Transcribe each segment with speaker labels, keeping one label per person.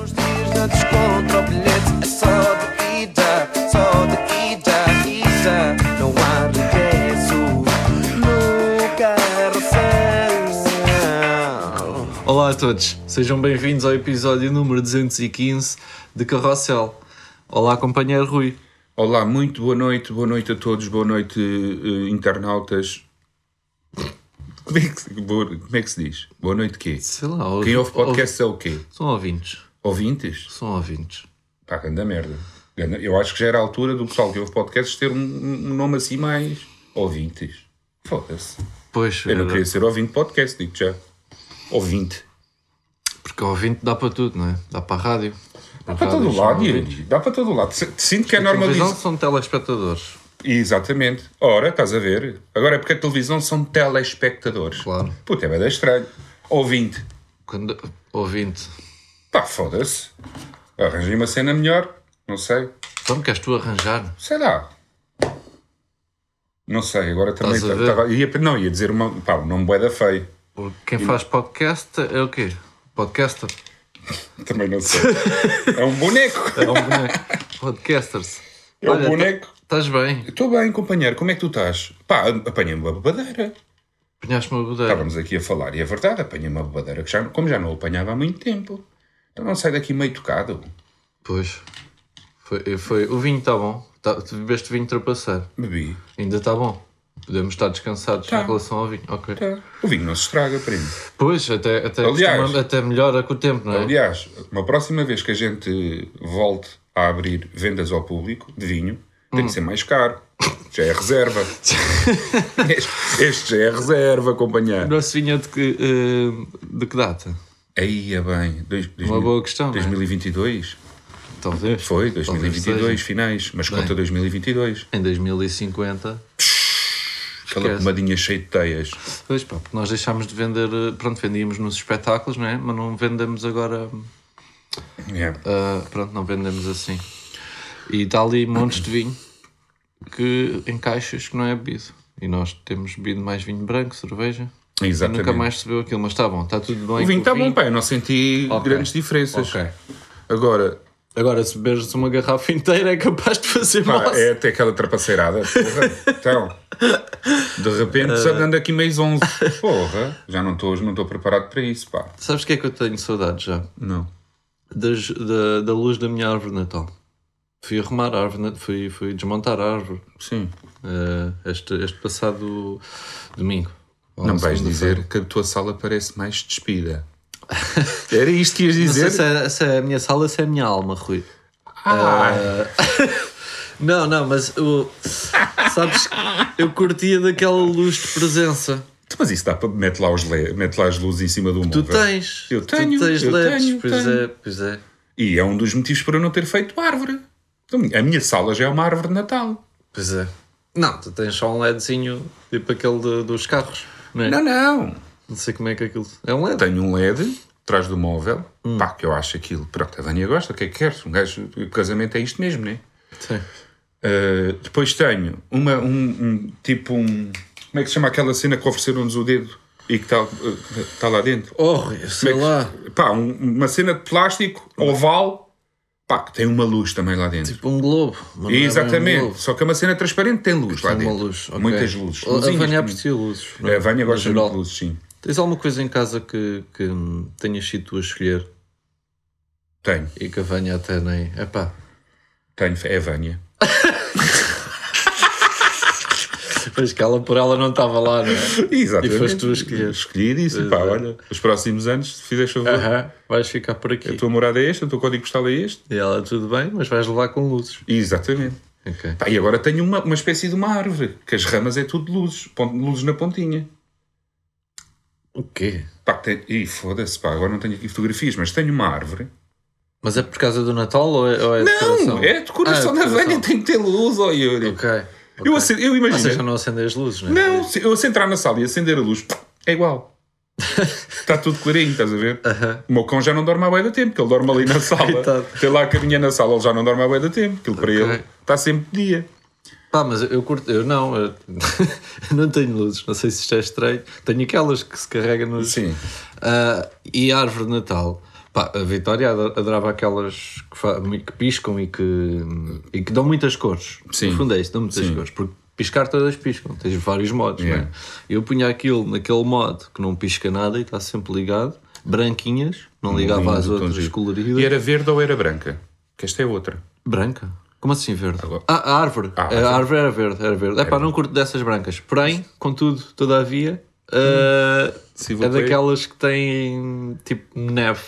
Speaker 1: nos dias da descontra, o bilhete é só de ida, só de ida, ida. Não há regresso no carrossel.
Speaker 2: Olá a todos, sejam bem-vindos ao episódio número 215 de Carrossel. Olá, companheiro Rui.
Speaker 3: Olá, muito boa noite, boa noite a todos, boa noite eh, internautas. Como é, que, se- boa- como é que se diz? Boa noite quê?
Speaker 2: Sei lá, ouve-
Speaker 3: Quem ouve podcast é o quê?
Speaker 2: ouve- são ouvintes.
Speaker 3: Ouvintes?
Speaker 2: São ouvintes.
Speaker 3: Pá, grande merda. Ganda- Eu acho que já era a altura do pessoal que ouve podcasts ter um, um nome assim mais... Ouvintes. Foda-se.
Speaker 2: Pois,
Speaker 3: Eu não
Speaker 2: eh,
Speaker 3: queria ser ouvinte de podcast, digo já. Ouvinte.
Speaker 2: porque ouvinte dá para tudo, não é? Dá para a rádio.
Speaker 3: Dá para todo lado, Yuri. Dá para todo lado. Se- Sinto que é
Speaker 2: Televisão
Speaker 3: normalizado.
Speaker 2: são telespectadores,
Speaker 3: Exatamente. Ora, estás a ver? Agora é porque a televisão são telespectadores.
Speaker 2: Claro.
Speaker 3: Puta, é bem estranho. Ouvinte.
Speaker 2: quando ouvinte.
Speaker 3: Pá, foda-se. Arranjei uma cena melhor. Não sei.
Speaker 2: Então, queres tu arranjar?
Speaker 3: Sei lá. Não sei, agora também.
Speaker 2: Estás a
Speaker 3: ta-
Speaker 2: ver?
Speaker 3: tava- ia, não, ia dizer uma. Pá, um nome boeda feio.
Speaker 2: Porque quem faz podcast é o quê? Podcaster.
Speaker 3: Também não sei. é um boneco.
Speaker 2: É um boneco. Podcasters.
Speaker 3: É um
Speaker 2: Olha,
Speaker 3: boneco.
Speaker 2: Estás bem?
Speaker 3: Estou bem, companheiro. Como é que tu estás? Pá, apanhei-me uma babadeira.
Speaker 2: Apanhaste uma bodeira.
Speaker 3: Estávamos aqui a falar e é verdade, apanhei uma babadeira que já, como já não apanhava há muito tempo. Então não sai daqui meio tocado.
Speaker 2: Pois. Foi, eh, foi- O vinho está bom. Tá, tu bebeste vinho trapaceiro.
Speaker 3: Bebi.
Speaker 2: Ainda está bom. Podemos estar descansados
Speaker 3: Tá.
Speaker 2: em relação ao vinho. Ok.
Speaker 3: Tá. O vinho não se estraga, primo.
Speaker 2: Pois, até, até,
Speaker 3: Aliás-
Speaker 2: costuma- até melhora com o tempo, não é?
Speaker 3: Aliás, uma próxima vez que a gente volte a abrir vendas ao público de vinho, tem
Speaker 2: Hum.
Speaker 3: que ser mais caro. Já é reserva. este, este já é reserva,
Speaker 2: O
Speaker 3: companheiro.
Speaker 2: nosso vinho é de que, eh, de que data?
Speaker 3: Aí é bem. Dois, dois
Speaker 2: Uma
Speaker 3: mil-
Speaker 2: boa questão, não é?
Speaker 3: 2022?
Speaker 2: Talvez.
Speaker 3: Foi,
Speaker 2: Talvez
Speaker 3: 2022,
Speaker 2: seja.
Speaker 3: finais. Mas conta 2022.
Speaker 2: Em 2050.
Speaker 3: Aquela pomadinha cheia de teias.
Speaker 2: Pois pá, porque nós deixámos de vender. eh, Pronto, vendíamos nos espetáculos, não é? Mas não vendemos agora. hum,
Speaker 3: É.
Speaker 2: ah, pronto, não vendemos assim. E está ali montes de vinho que, em caixas que não é bebido. E nós temos bebido mais vinho branco, cerveja. E
Speaker 3: Exatamente.
Speaker 2: nunca mais se bebeu aquilo, mas está bom, está tudo bem.
Speaker 3: O vinho
Speaker 2: com
Speaker 3: está bom, pá. Eu não senti
Speaker 2: Ok.
Speaker 3: grandes diferenças.
Speaker 2: Ok.
Speaker 3: Agora,
Speaker 2: Agora, se beberes uma garrafa inteira, é capaz de fazer
Speaker 3: Pá,
Speaker 2: mal.
Speaker 3: é até aquela trapaceirada. Porra. Então, de repente, já ando aqui meio 11. Porra, já não estou não estou preparado para isso, pá.
Speaker 2: Sabes o que é que eu tenho saudade já?
Speaker 3: Não.
Speaker 2: Das- da, da luz da minha árvore de Natal. Fui arrumar a árvore, na- fui, fui desmontar a árvore
Speaker 3: Sim.
Speaker 2: eh, este, este passado domingo. Ou
Speaker 3: não vais
Speaker 2: segunda-feira.
Speaker 3: dizer que a tua sala parece mais despida. Era isto que ias
Speaker 2: Não sei
Speaker 3: dizer?
Speaker 2: se é, se é a minha sala ou se é a minha alma, Rui.
Speaker 3: Ah,
Speaker 2: Não, não, mas o, sabes, eu curtia daquela luz de presença.
Speaker 3: tu- então, mas isso dá para. Mete lá, os le- mete lá as luzes em cima do
Speaker 2: Tu
Speaker 3: móvel.
Speaker 2: tens.
Speaker 3: Eu tenho,
Speaker 2: Tu tens
Speaker 3: eu
Speaker 2: LEDs.
Speaker 3: tenho,
Speaker 2: pois
Speaker 3: tenho.
Speaker 2: é, pois é.
Speaker 3: E é um dos motivos para eu não ter feito árvore. Então, A minha sala já é uma árvore de Natal.
Speaker 2: Pois é. Não, tu tens só um LEDzinho, tipo aquele de- dos carros. Não, é?
Speaker 3: Não,
Speaker 2: não.
Speaker 3: não.
Speaker 2: sei como é que aquilo. É um LED.
Speaker 3: Tenho um LED atrás do móvel,
Speaker 2: Hum.
Speaker 3: pá, que eu acho aquilo. Pronto, a Vânia gosta, o que é que queres? Um gajo, o casamento é isto mesmo, né?
Speaker 2: Sim.
Speaker 3: Uh, depois tenho uma, um, um- tipo um. Como é que se chama aquela cena que ofereceram-nos o dedo e que está tá lá dentro?
Speaker 2: Oh, Rui, sei
Speaker 3: Como é
Speaker 2: lá.
Speaker 3: que se- Pá, um- uma cena de plástico oval, pá, que tem uma luz também lá dentro.
Speaker 2: Tipo um globo. mas não é bem um
Speaker 3: Exatamente,
Speaker 2: globo.
Speaker 3: só que é uma cena transparente, tem luz lá
Speaker 2: Tem
Speaker 3: dentro.
Speaker 2: uma luz. ok.
Speaker 3: Muitas luzes.
Speaker 2: A
Speaker 3: Luzinhas
Speaker 2: Vânia
Speaker 3: também.
Speaker 2: aprecia luzes. não é?
Speaker 3: A Vânia
Speaker 2: No
Speaker 3: gosta muito
Speaker 2: geral.
Speaker 3: de luzes, sim.
Speaker 2: Tens alguma coisa em casa que, que hum, tenhas sido tu a escolher
Speaker 3: Tenho,
Speaker 2: e que a Vânia até nem. Epá,
Speaker 3: tenho, é a Vânia.
Speaker 2: Pois que ela por ela não estava lá, não é?
Speaker 3: Exatamente.
Speaker 2: E foste tu a escolher.
Speaker 3: Escolhi e disse, pá,
Speaker 2: Exato.
Speaker 3: olha, os próximos anos, se fizeres favor,
Speaker 2: Aham, vais ficar por aqui.
Speaker 3: a tua morada é esta, o teu código postal é este.
Speaker 2: E ela, tudo bem, mas vais levar com luzes.
Speaker 3: Exatamente.
Speaker 2: Ok.
Speaker 3: Pá, e agora tenho uma, uma espécie de uma árvore, que as ramas é tudo luzes, pon- luzes na pontinha.
Speaker 2: O quê?
Speaker 3: Pá, tem, ih, foda-se, pá, agora não tenho aqui fotografias, mas tenho uma árvore.
Speaker 2: Mas é por causa do Natal ou é, ou é decoração?
Speaker 3: Não, é a decoração
Speaker 2: Ah,
Speaker 3: da velha, tem que ter luz, ó Yuri.
Speaker 2: Ok. ok.
Speaker 3: Eu, acen- eu
Speaker 2: Ou
Speaker 3: imagino.
Speaker 2: seja, não acendem as luzes, não é?
Speaker 3: Não, se eu se entrar na sala e acender a luz, é igual. Está tudo clarinho, estás a ver?
Speaker 2: Aham.
Speaker 3: O meu cão já não dorme há bué da tempo, que ele dorme ali na sala.
Speaker 2: Coitado.
Speaker 3: Tem lá a caminha na sala, ele já não dorme há bué da tempo. Aquilo para
Speaker 2: Ok.
Speaker 3: ele está sempre dia.
Speaker 2: Pá, mas eu curto. Eu não, eu não tenho luzes, não sei se isto é estranho. Tenho aquelas que se carregam nos.
Speaker 3: Sim.
Speaker 2: Ah, e a árvore de Natal. Pá, a Vitória ador- adorava aquelas que, fa- que piscam e que, e que dão muitas cores.
Speaker 3: Sim.
Speaker 2: No fundo é isso, dão muitas
Speaker 3: Sim.
Speaker 2: cores. Porque piscar todas piscam, tens vários modos,
Speaker 3: Yeah.
Speaker 2: não é? Eu punha aquilo naquele modo que não pisca nada e está sempre ligado, branquinhas, não ligava
Speaker 3: Lindo,
Speaker 2: às
Speaker 3: tão
Speaker 2: outras
Speaker 3: giro.
Speaker 2: coloridas.
Speaker 3: E era verde ou era branca? Que esta é outra.
Speaker 2: Branca? Como assim verde?
Speaker 3: Agora-
Speaker 2: Ah, a árvore.
Speaker 3: Ah,
Speaker 2: a árvore era verde, era verde. É pá, não curto dessas brancas. Porém, contudo, todavia, ah,
Speaker 3: Se
Speaker 2: é
Speaker 3: vou ter-
Speaker 2: daquelas que têm tipo neve.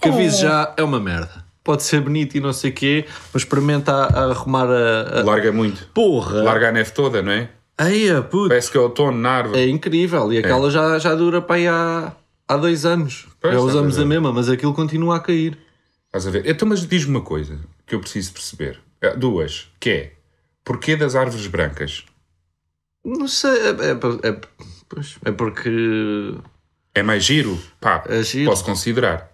Speaker 2: Que aviso já, é uma merda. Pode ser bonito e não sei o quê, mas experimenta a, a arrumar a, a-
Speaker 3: Larga muito.
Speaker 2: Porra!
Speaker 3: Larga a neve toda, não é?
Speaker 2: Aí, a puta!
Speaker 3: Parece que é outono na árvore.
Speaker 2: É incrível. E aquela já, já dura para aí há, há dois anos.
Speaker 3: Pois,
Speaker 2: já
Speaker 3: está
Speaker 2: usamos
Speaker 3: a
Speaker 2: a
Speaker 3: ver.
Speaker 2: mesma, mas aquilo continua a cair.
Speaker 3: Estás a ver? Então, mas diz-me uma coisa que eu preciso perceber. Eh, Duas. Que é, porquê das árvores brancas?
Speaker 2: Não sei, é, é- é- pois, é porque.
Speaker 3: É mais giro? Pá,
Speaker 2: É giro.
Speaker 3: posso considerar.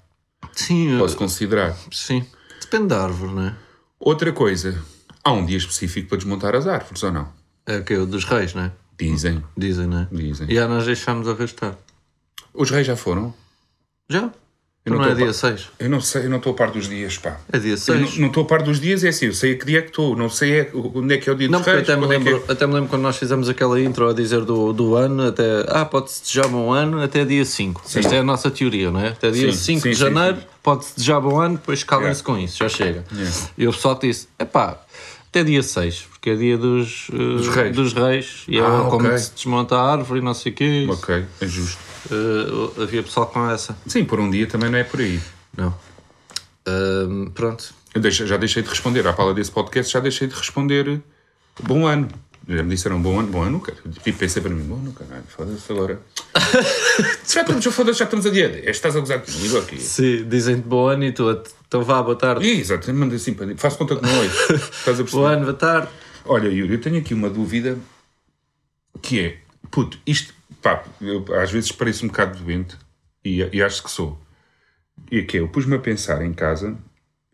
Speaker 2: Sim,
Speaker 3: Posso considerar.
Speaker 2: Sim. Depende da árvore, não é?
Speaker 3: Outra coisa. Há um dia específico para desmontar as árvores, ou não?
Speaker 2: É o que o dos reis, não é?
Speaker 3: Dizem.
Speaker 2: Dizem, não é?
Speaker 3: Dizem.
Speaker 2: E já nós deixámos arrastar.
Speaker 3: Os reis já foram?
Speaker 2: Já?
Speaker 3: Eu não
Speaker 2: Não, é
Speaker 3: tô pa-
Speaker 2: dia 6.
Speaker 3: Eu não sei, eu não estou a par dos dias, pá.
Speaker 2: É dia
Speaker 3: Eu
Speaker 2: 6.
Speaker 3: não- não estou a par dos dias, é assim, eu sei que dia é que estou, não sei é- onde é que é o dia
Speaker 2: Não,
Speaker 3: dos
Speaker 2: porque eu
Speaker 3: reis.
Speaker 2: até me,
Speaker 3: quando é que é.
Speaker 2: lembro, até me lembro quando nós fizemos aquela intro a dizer do, do ano, até. Ah, pode-se desejar bom ano até dia 5. Esta é a nossa teoria, não é? Até dia
Speaker 3: Sim,
Speaker 2: 5
Speaker 3: sim,
Speaker 2: de
Speaker 3: sim,
Speaker 2: janeiro
Speaker 3: sim. É.
Speaker 2: pode-se desejar bom ano, depois calem-se com isso, já chega. E o pessoal disse: é pá, até dia 6, porque é dia dos, eh, dos,
Speaker 3: reis.
Speaker 2: reis, e é
Speaker 3: Ah,
Speaker 2: como
Speaker 3: ok.
Speaker 2: se desmonta a árvore e não sei o quê.
Speaker 3: Ok, é justo.
Speaker 2: Eh, havia pessoal com essa.
Speaker 3: Sim, por um dia também não é por aí.
Speaker 2: Não. Ahm, Ehm, pronto.
Speaker 3: Eu deixo- já deixei de responder à fala desse podcast, já deixei de responder bom ano. Já me disseram bom ano, bom ano, cara. E pensei para mim, bom ano, caralho, foda-se agora. já estamos, foda-se, já estamos a dia 10, estás a gozar comigo aqui.
Speaker 2: Se dizem-te bom ano e tu, então vá, boa tarde.
Speaker 3: Ih, Exato, manda assim para faço conta que não ouço. Estás a
Speaker 2: Boa
Speaker 3: perceber?
Speaker 2: ano, boa tarde.
Speaker 3: Olha, Yuri, eu tenho aqui uma dúvida que é, puto, isto, pá, eu às vezes pareço um bocado doente e, e acho que sou. E que é, eu pus-me a pensar em casa,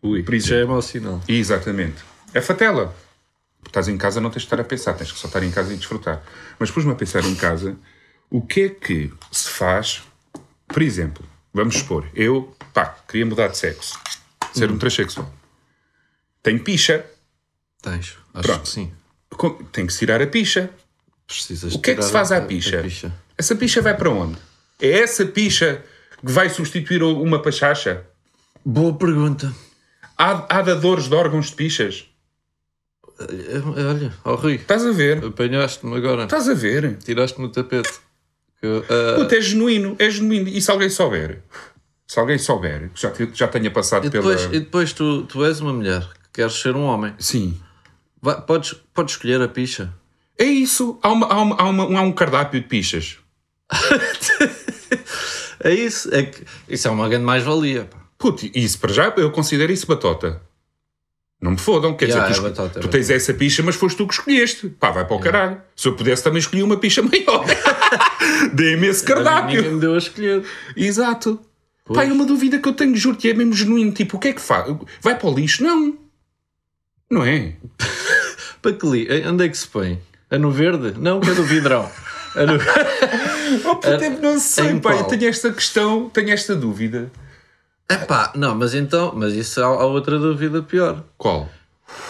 Speaker 2: Ui,
Speaker 3: Por isso.
Speaker 2: já é mau sinal.
Speaker 3: Exatamente. É fatela. Estás em casa, não tens de estar a pensar, tens que só estar em casa e desfrutar. Mas pus-me a pensar em casa, o que é que se faz, por exemplo, vamos expor, eu, pá, queria mudar de sexo, ser um transexual. Tenho picha,
Speaker 2: Tens, acho
Speaker 3: Pronto.
Speaker 2: que sim.
Speaker 3: Com- tenho que tirar a picha.
Speaker 2: Precisas
Speaker 3: O que é que se faz à picha? Essa picha vai para onde? É essa picha que vai substituir o- uma pachacha?
Speaker 2: Boa pergunta.
Speaker 3: Há, há dadores de órgãos de pichas?
Speaker 2: Eh, Olha, ó Rui,
Speaker 3: Estás a ver?
Speaker 2: apanhaste-me agora.
Speaker 3: Estás a ver?
Speaker 2: Tiraste-me o tapete. Que eu- ah,
Speaker 3: Puta, é genuíno, é genuíno. E se alguém souber? Se alguém souber, que já, te- já tenha passado
Speaker 2: e
Speaker 3: pela.
Speaker 2: depois, e depois tu, tu és uma mulher, queres ser um homem.
Speaker 3: Sim.
Speaker 2: Vai- podes, podes escolher a picha.
Speaker 3: É isso. Há, uma- há uma- há uma- há um cardápio de pichas.
Speaker 2: É isso. É que, isso é uma grande mais-valia. pá.
Speaker 3: Puto, e isso para já, eu considero isso batota. Não me fodam, quer
Speaker 2: Yeah,
Speaker 3: dizer, tu,
Speaker 2: é
Speaker 3: esco-
Speaker 2: batota, é
Speaker 3: tu tens essa picha, mas foste tu que escolheste. Pá, vai para o caralho. Se eu pudesse também escolhi uma picha maior. Dei-me esse cardápio.
Speaker 2: Ninguém me deu a escolher.
Speaker 3: Exato. Pá, é uma dúvida que eu tenho, juro que é mesmo genuíno. Tipo, o que é que faz? Vai para o lixo? Não. Não é?
Speaker 2: Para que li? eh, Onde é que se põe? A no verde? Não, que é do vidrão. A no...
Speaker 3: Oh, puta,
Speaker 2: É,
Speaker 3: eu não sei,
Speaker 2: em
Speaker 3: pá. Eu
Speaker 2: qual?
Speaker 3: tenho esta questão, tenho esta dúvida.
Speaker 2: Epá, não, mas então, mas isso há, há outra dúvida pior.
Speaker 3: Qual?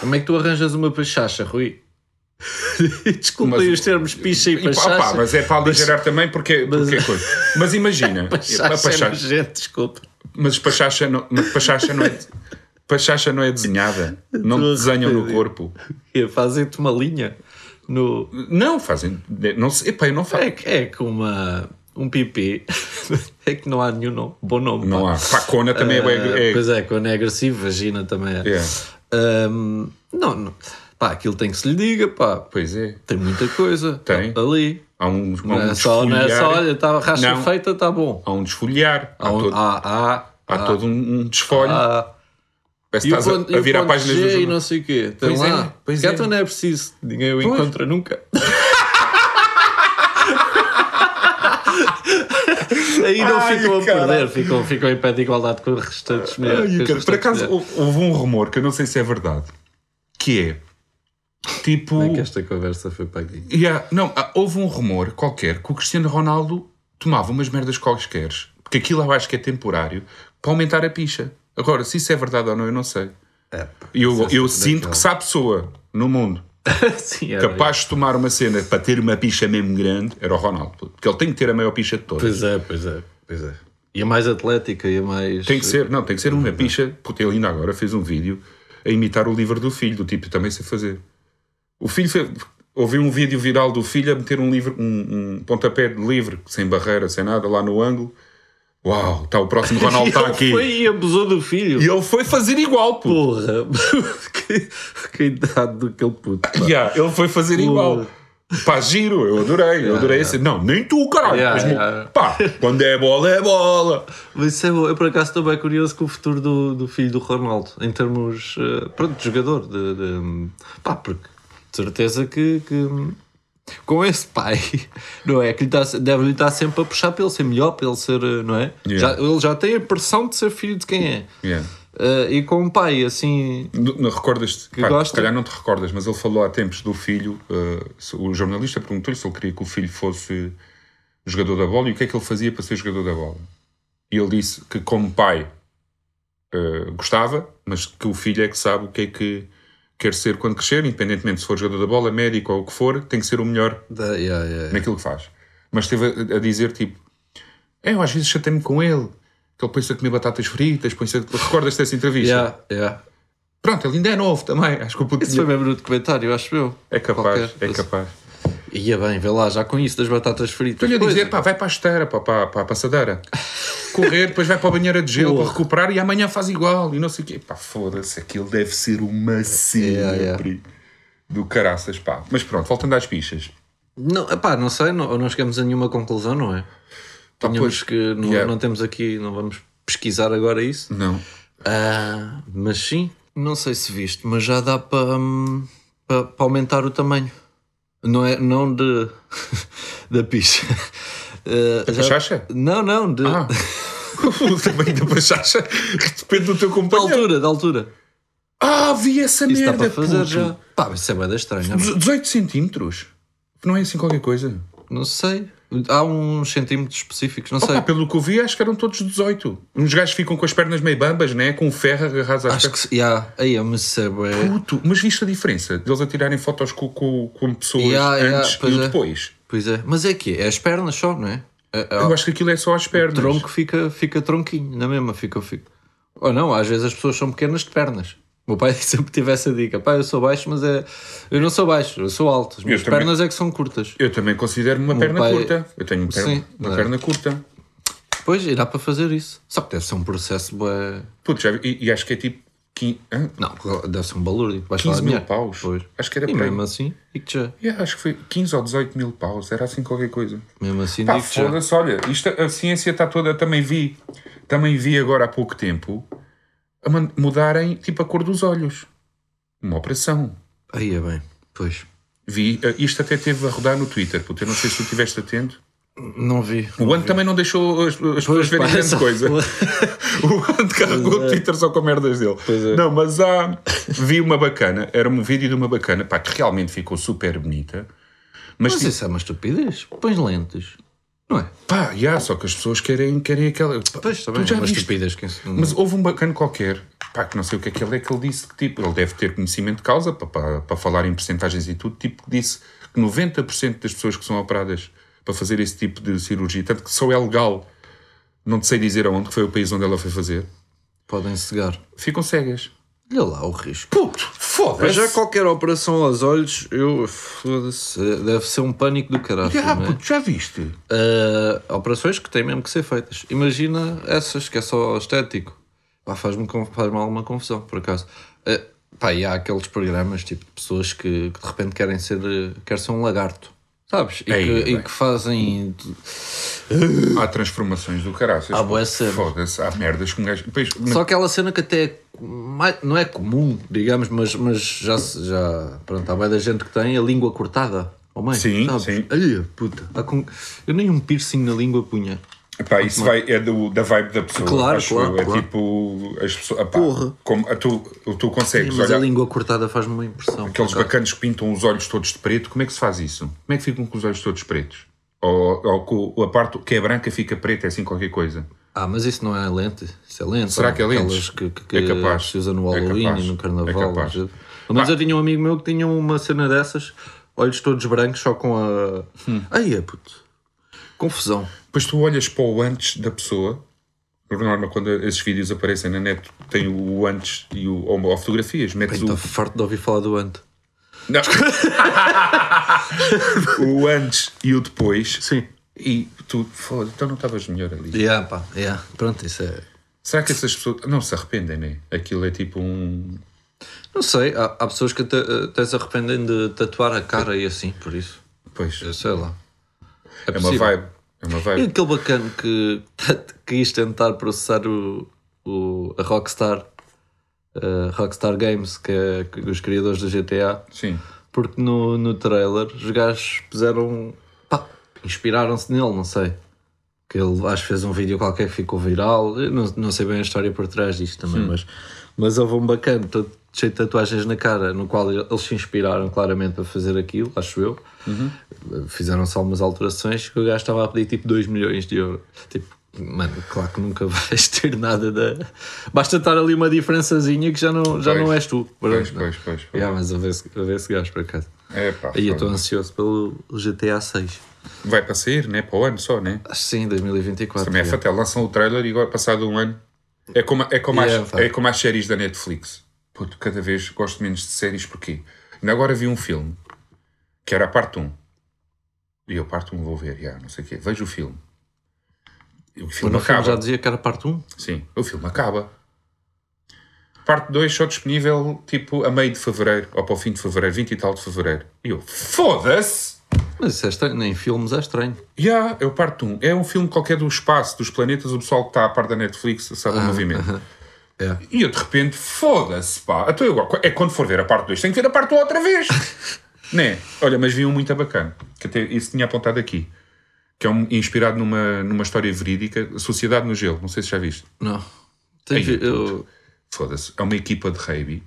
Speaker 2: Como é que tu arranjas uma pachacha, Rui? Desculpem
Speaker 3: Mas-
Speaker 2: os termos picha e
Speaker 3: E, pá,
Speaker 2: pachacha.
Speaker 3: pá, mas é para aligerar também porque, porque é coisa. Mas imagina,
Speaker 2: Pachacha
Speaker 3: a pachacha-
Speaker 2: é nojento, desculpa.
Speaker 3: mas pachacha não, mas pachacha não é. Pachacha não é desenhada. Não
Speaker 2: Estou
Speaker 3: te desenham no
Speaker 2: arrependido.
Speaker 3: corpo.
Speaker 2: E Fazem-te uma linha no...
Speaker 3: Não, fazem. Não sei, epá, eu não faço.
Speaker 2: É, que- é que uma... Um pipi. é que não há nenhum nome- bom nome.
Speaker 3: Não
Speaker 2: pá.
Speaker 3: há. Pacona também é,
Speaker 2: Ah,
Speaker 3: é, é.
Speaker 2: Pois é, quando é agressivo, vagina também é.
Speaker 3: É.
Speaker 2: Ahm, não, não. Pá, aquilo tem que se lhe diga, pá.
Speaker 3: Pois é.
Speaker 2: Tem muita coisa
Speaker 3: Tem.
Speaker 2: ali.
Speaker 3: Há um, há um
Speaker 2: Não é, só, não é só,
Speaker 3: desfolhar.
Speaker 2: olha, tá, a racha
Speaker 3: Não.
Speaker 2: feita, está bom.
Speaker 3: Há um desfolhar. Há,
Speaker 2: Há, um,
Speaker 3: todo, há,
Speaker 2: há, há, há.
Speaker 3: todo um, um desfolho.
Speaker 2: há.
Speaker 3: Parece
Speaker 2: E
Speaker 3: que
Speaker 2: o
Speaker 3: estás a-
Speaker 2: ponto,
Speaker 3: a,
Speaker 2: e o
Speaker 3: virar
Speaker 2: ponto
Speaker 3: páginas do
Speaker 2: G e
Speaker 3: jornal.
Speaker 2: não sei o quê. Tem
Speaker 3: Pois
Speaker 2: lá.
Speaker 3: é, pois
Speaker 2: Cá
Speaker 3: é.
Speaker 2: então não é preciso. Ninguém o
Speaker 3: Pois.
Speaker 2: encontra nunca. Aí não
Speaker 3: Ai,
Speaker 2: ficam a
Speaker 3: caralho.
Speaker 2: perder, ficam, ficam em pé de igualdade com os restantes
Speaker 3: Ai,
Speaker 2: mulheres. com as
Speaker 3: cara, por
Speaker 2: restantes
Speaker 3: acaso
Speaker 2: mulheres.
Speaker 3: houve houve um rumor que eu não sei se é verdade, que é tipo.
Speaker 2: Como é que é? esta conversa foi para aqui?
Speaker 3: Yeah, não, ah, houve um rumor qualquer que o Cristiano Ronaldo tomava umas merdas quaisquer Porque aquilo eu acho que é temporário para aumentar a picha. Agora, se isso é verdade ou não, eu não sei. E
Speaker 2: é
Speaker 3: Eu, eu sinto que se há pessoa no mundo
Speaker 2: Sim, era
Speaker 3: capaz de tomar uma cena para ter uma picha mesmo grande, era o Ronaldo. Porque ele tem que ter a maior picha de todas.
Speaker 2: Pois é, pois é, pois é. E a mais atlética e a mais.
Speaker 3: Tem que ser, não, tem que ser
Speaker 2: Uhum.
Speaker 3: uma picha. Porque ele ainda agora fez um vídeo a imitar o livro do filho, do tipo, também sei fazer. O filho fez, ouvi um vídeo viral do filho a meter um livro, um, um pontapé de livre, sem barreira, sem nada, lá no ângulo. Uau, está o próximo Ronaldo
Speaker 2: E
Speaker 3: está
Speaker 2: ele
Speaker 3: aqui.
Speaker 2: Foi e abusou do filho.
Speaker 3: E ele foi fazer igual, pô.
Speaker 2: Porra, que, que idade do que ele puto. pá.
Speaker 3: Yeah, ele foi fazer igual. Pá, giro, eu adorei, eu adorei esse. Não, nem tu, caralho.
Speaker 2: Yeah,
Speaker 3: mas,
Speaker 2: yeah.
Speaker 3: Pá, quando é bola, é bola.
Speaker 2: Mas isso é bom. Eu por acaso estou bem curioso com o futuro do, do filho do Ronaldo, em termos eh, pronto, de jogador. De, de- pá, porque de certeza que, que com esse pai, não é? Que lhe está- deve-lhe estar sempre a puxar para ele ser melhor, para ele ser, eh, não é?
Speaker 3: Yeah.
Speaker 2: Já- ele já tem a pressão de ser filho de quem é.
Speaker 3: Yeah.
Speaker 2: Eh, e com um pai assim,
Speaker 3: Não, não recordas
Speaker 2: Que
Speaker 3: pá,
Speaker 2: gosta.
Speaker 3: Se calhar não te recordas, mas ele falou há tempos do filho. eh, se- o jornalista perguntou-lhe se ele queria que o filho fosse jogador da bola e o que é que ele fazia para ser jogador da bola. E ele disse que, como pai, eh, gostava, mas que o filho é que sabe o que é que quer ser quando crescer, independentemente se for jogador da bola, médico ou o que for, tem que ser o melhor
Speaker 2: da- yeah, yeah.
Speaker 3: naquilo que faz. Mas esteve a, a dizer tipo: "É, Eu às vezes chatei-me com ele, que ele põe-se a comer batatas fritas, põe-se a. Recordas dessa entrevista?
Speaker 2: Yeah, yeah.
Speaker 3: Pronto, ele ainda é novo também. Acho que o puto
Speaker 2: Isso foi mesmo no documentário, acho eu.
Speaker 3: é capaz,
Speaker 2: Qualquer.
Speaker 3: é capaz.
Speaker 2: Ia bem, vê lá, já com isso das batatas fritas.
Speaker 3: Estou-lhe a
Speaker 2: Pois,
Speaker 3: dizer, pá, vai para a esteira, pá, para, para a passadeira. Correr, depois vai para a banheira de gelo para recuperar e amanhã faz igual e não sei o quê. Pá, foda-se, aquilo deve ser
Speaker 2: É,
Speaker 3: uma cena
Speaker 2: Yeah, yeah.
Speaker 3: pri- do caraças, pá. Mas pronto, voltando às pichas.
Speaker 2: Não, epá, não sei, não, não chegamos a nenhuma conclusão, não é?
Speaker 3: Pá,
Speaker 2: Tínhamos
Speaker 3: pois,
Speaker 2: que. Não,
Speaker 3: yeah.
Speaker 2: não temos aqui, não vamos pesquisar agora isso.
Speaker 3: Não.
Speaker 2: Ah, mas sim, não sei se viste, mas já dá para hum, para- para aumentar o tamanho. Não é? Não de. da picha. Ah, já-
Speaker 3: Pachacha?
Speaker 2: Não, não, de.
Speaker 3: Ah. O tamanho da pachacha depende do teu
Speaker 2: Da
Speaker 3: companheiro.
Speaker 2: altura, da altura.
Speaker 3: Ah, vi essa
Speaker 2: Isso dá para
Speaker 3: merda,
Speaker 2: fazer
Speaker 3: puto.
Speaker 2: já. Pá, isso é bem estranha.
Speaker 3: Dezo- 18 centímetros? Não é assim qualquer coisa?
Speaker 2: Não sei. Há uns centímetros específicos, não sei.
Speaker 3: Opa, pelo que eu vi, acho que eram todos 18. Uns gajos ficam com as pernas meio bambas, né? Com o ferro agarrados às
Speaker 2: Acho
Speaker 3: pernas.
Speaker 2: que. se- Yeah, aí eu me sei, bué.
Speaker 3: Puto, mas viste a diferença deles a tirarem fotos com, com, com pessoas
Speaker 2: Yeah, yeah,
Speaker 3: antes
Speaker 2: pois
Speaker 3: e
Speaker 2: é.
Speaker 3: depois?
Speaker 2: Pois é, mas é que é as pernas só, não é? É- é-
Speaker 3: Eu acho que aquilo é só as
Speaker 2: o
Speaker 3: pernas.
Speaker 2: tronco fica, fica tronquinho, na mesma fica, fica. Ou não, às vezes as pessoas são pequenas de pernas. O meu pai sempre tive essa dica. Pai, eu sou baixo, mas é. Eu não sou baixo, eu sou alto. As minhas
Speaker 3: também.
Speaker 2: pernas é que são curtas.
Speaker 3: Eu também considero-me uma perna
Speaker 2: pai-
Speaker 3: curta. Eu tenho uma perna,
Speaker 2: Sim,
Speaker 3: uma
Speaker 2: é.
Speaker 3: perna curta.
Speaker 2: Pois, e dá para fazer isso. Só que deve ser um processo. bué-
Speaker 3: Puto, já vi- e, e acho que é tipo. quin- hã?
Speaker 2: Não, deve ser um balúrdio. Vais
Speaker 3: 15
Speaker 2: falar de
Speaker 3: mil
Speaker 2: dinheiro.
Speaker 3: paus?
Speaker 2: Pois.
Speaker 3: Acho que era
Speaker 2: E
Speaker 3: para aí.
Speaker 2: mesmo assim, digo-te já.
Speaker 3: Yeah, acho que foi 15 ou 18 mil paus. Era assim qualquer coisa.
Speaker 2: Mesmo assim,
Speaker 3: Pá,
Speaker 2: digo-te já.
Speaker 3: foda-se, olha, isto, a ciência está toda, também vi, também vi agora há pouco tempo, a man- mudarem tipo a cor dos olhos. Uma operação.
Speaker 2: Aí é bem. Pois.
Speaker 3: Vi, eh, isto até teve a rodar no Twitter, porque eu não sei se tu estiveste atento.
Speaker 2: Não vi.
Speaker 3: O Ant também não deixou as, as pessoas verem
Speaker 2: pá,
Speaker 3: grande
Speaker 2: só-
Speaker 3: coisa. O Ant carregou
Speaker 2: é.
Speaker 3: o Twitter só com merdas dele. Não, mas há, vi uma bacana, era um vídeo de uma bacana, pá, que realmente ficou super bonita.
Speaker 2: Mas
Speaker 3: Mas, tipo,
Speaker 2: isso é uma estupidez. Pões lentes. Não é?
Speaker 3: pá, já, só que as pessoas querem, querem aquela. pá,
Speaker 2: Pois,
Speaker 3: tu
Speaker 2: também.
Speaker 3: já
Speaker 2: é uma
Speaker 3: viste?
Speaker 2: estupidez. Que... isso-
Speaker 3: Mas houve um bacana qualquer, pá, que não sei o que é que ele é, que ele disse que tipo, ele deve ter conhecimento de causa para, para, para falar em percentagens e tudo, tipo, que disse que 90% das pessoas que são operadas para fazer esse tipo de cirurgia, tanto que só é legal, não te sei dizer aonde, que foi o país onde ela foi fazer,
Speaker 2: Podem cegar.
Speaker 3: ficam cegas.
Speaker 2: Olha lá o risco.
Speaker 3: Puto,
Speaker 2: Mas já
Speaker 3: foda-se!
Speaker 2: qualquer operação aos olhos, eu. Foda-se. Deve ser um pânico do caralho.
Speaker 3: Já,
Speaker 2: não é?
Speaker 3: puto, já viste?
Speaker 2: Ah, operações que têm mesmo que ser feitas. Imagina essas que é só estético. Pá, faz-me con- faz-me alguma confusão, por acaso. Ah, pá, e há aqueles programas tipo de pessoas que, que de repente querem ser. eh, querem ser um lagarto. Sabes? E,
Speaker 3: Ei,
Speaker 2: que, e
Speaker 3: bem.
Speaker 2: que fazem.
Speaker 3: Há transformações do caraças.
Speaker 2: Há
Speaker 3: puto.
Speaker 2: bué cenas.
Speaker 3: Foda-se, há merdas com um gajo. Pois, mas-
Speaker 2: Só aquela cena que até é mais- não é comum, digamos, mas, mas já, se- já pronto, há bem da gente que tem a língua cortada. Oh, mãe,
Speaker 3: Sim,
Speaker 2: sabes?
Speaker 3: sim.
Speaker 2: Ai, puta. há com- Eu nem um piercing na língua punha.
Speaker 3: Pá, isso vai, é do- da vibe da pessoa.
Speaker 2: Claro,
Speaker 3: acho
Speaker 2: claro,
Speaker 3: eu. É
Speaker 2: claro.
Speaker 3: tipo. As pessoas, ah, pá,
Speaker 2: Porra.
Speaker 3: Como, a tu, tu consegues
Speaker 2: Mas a
Speaker 3: olhar.
Speaker 2: língua cortada faz-me uma impressão.
Speaker 3: É, Aqueles
Speaker 2: por acaso.
Speaker 3: bacanos que pintam os olhos todos de preto, como é que se faz isso? Como é que ficam com os olhos todos pretos? Ou, ou com- a parte que é branca fica preta, é assim qualquer coisa.
Speaker 2: Ah, mas isso não é lente? Isso é lente?
Speaker 3: Será que é lente?
Speaker 2: Aquelas que, que, que
Speaker 3: É capaz.
Speaker 2: se usa no
Speaker 3: É
Speaker 2: Halloween
Speaker 3: capaz.
Speaker 2: e no Carnaval.
Speaker 3: É capaz.
Speaker 2: Pelo menos eu tinha um amigo meu que tinha uma cena dessas, olhos todos brancos, só com a...
Speaker 3: Hum.
Speaker 2: Aí é puto. Confusão.
Speaker 3: Depois tu olhas para o antes da pessoa. Por norma, quando esses vídeos aparecem na net, tem o antes e o. Ou, ou fotografias, metes
Speaker 2: Estou
Speaker 3: o.
Speaker 2: farto de ouvir falar do Ante.
Speaker 3: Não. o antes e o depois.
Speaker 2: Sim.
Speaker 3: E tu, foda então não estavas melhor ali.
Speaker 2: Yeah, pá, yeah. Pronto, isso é...
Speaker 3: Será que essas pessoas não se arrependem, né? Aquilo é tipo um.
Speaker 2: Não sei, há, há pessoas que até, até se arrependem de tatuar a cara e assim, por isso.
Speaker 3: Pois,
Speaker 2: Eu sei lá. É,
Speaker 3: é uma
Speaker 2: possível.
Speaker 3: vibe. É uma
Speaker 2: E
Speaker 3: vibe.
Speaker 2: aquele bacana que quis tentar processar o, o, a Rockstar, a Rockstar Games, que é que- os criadores do GTA,
Speaker 3: Sim.
Speaker 2: porque no, no trailer os gajos puseram. pá, inspiraram-se nele, não sei. Que ele acho que fez um vídeo qualquer que ficou viral. Eu não, não sei bem a história por trás disto também, mas, mas houve um bacana todo cheio de tatuagens na cara, no qual eles se inspiraram claramente a fazer aquilo, acho eu. Fizeram só algumas alterações que o gajo estava a pedir tipo 2 milhões de euros. Tipo, mano, claro que nunca vais ter nada da. Basta estar ali uma diferençazinha que já não, já
Speaker 3: Pois.
Speaker 2: não és tu.
Speaker 3: Pois,
Speaker 2: pronto, não é?
Speaker 3: pois, pois. pois.
Speaker 2: Yeah, mas a ver, se- a ver se gajo para casa.
Speaker 3: É pá.
Speaker 2: Aí eu estou
Speaker 3: foda.
Speaker 2: ansioso pelo GTA 6.
Speaker 3: Vai para sair, né? Para o ano só, né?
Speaker 2: Acho que Ah, sim, 2024.
Speaker 3: Também é
Speaker 2: Ah, yeah.
Speaker 3: fatal. Lançam o trailer e agora, passado um ano. É como, é como,
Speaker 2: Yeah,
Speaker 3: as,
Speaker 2: pá.
Speaker 3: é como as séries da Netflix. Puto, cada vez gosto menos de séries, porquê? Ainda agora vi um filme que era a parte 1. E eu, parte 1, vou ver, já, não sei o quê. Vejo o filme. E o
Speaker 2: Mas
Speaker 3: filme
Speaker 2: no filme
Speaker 3: acaba.
Speaker 2: já dizia que era parte 1.
Speaker 3: Sim, o filme acaba. Parte 2 só disponível tipo a meio de fevereiro ou para o fim de fevereiro, 20 e tal de fevereiro. E eu, foda-se!
Speaker 2: Mas isso é estranho, nem em filmes é estranho.
Speaker 3: Já, é o parte 1. É um filme qualquer do espaço, dos planetas, o pessoal que está à par da Netflix sabe o movimento.
Speaker 2: É.
Speaker 3: E eu de repente, foda-se, pá. Então eu, agora- é quando for ver a parte 2, tenho que ver a parte 1 outra vez. né? Olha, mas vi um muito bacana, que até isso tinha apontado aqui, que é um, inspirado numa, numa história verídica, Sociedade no Gelo, não sei se já viste.
Speaker 2: Não. Tem
Speaker 3: Aí,
Speaker 2: vi-
Speaker 3: puto.
Speaker 2: eu-
Speaker 3: Foda-se, é uma equipa de rugby.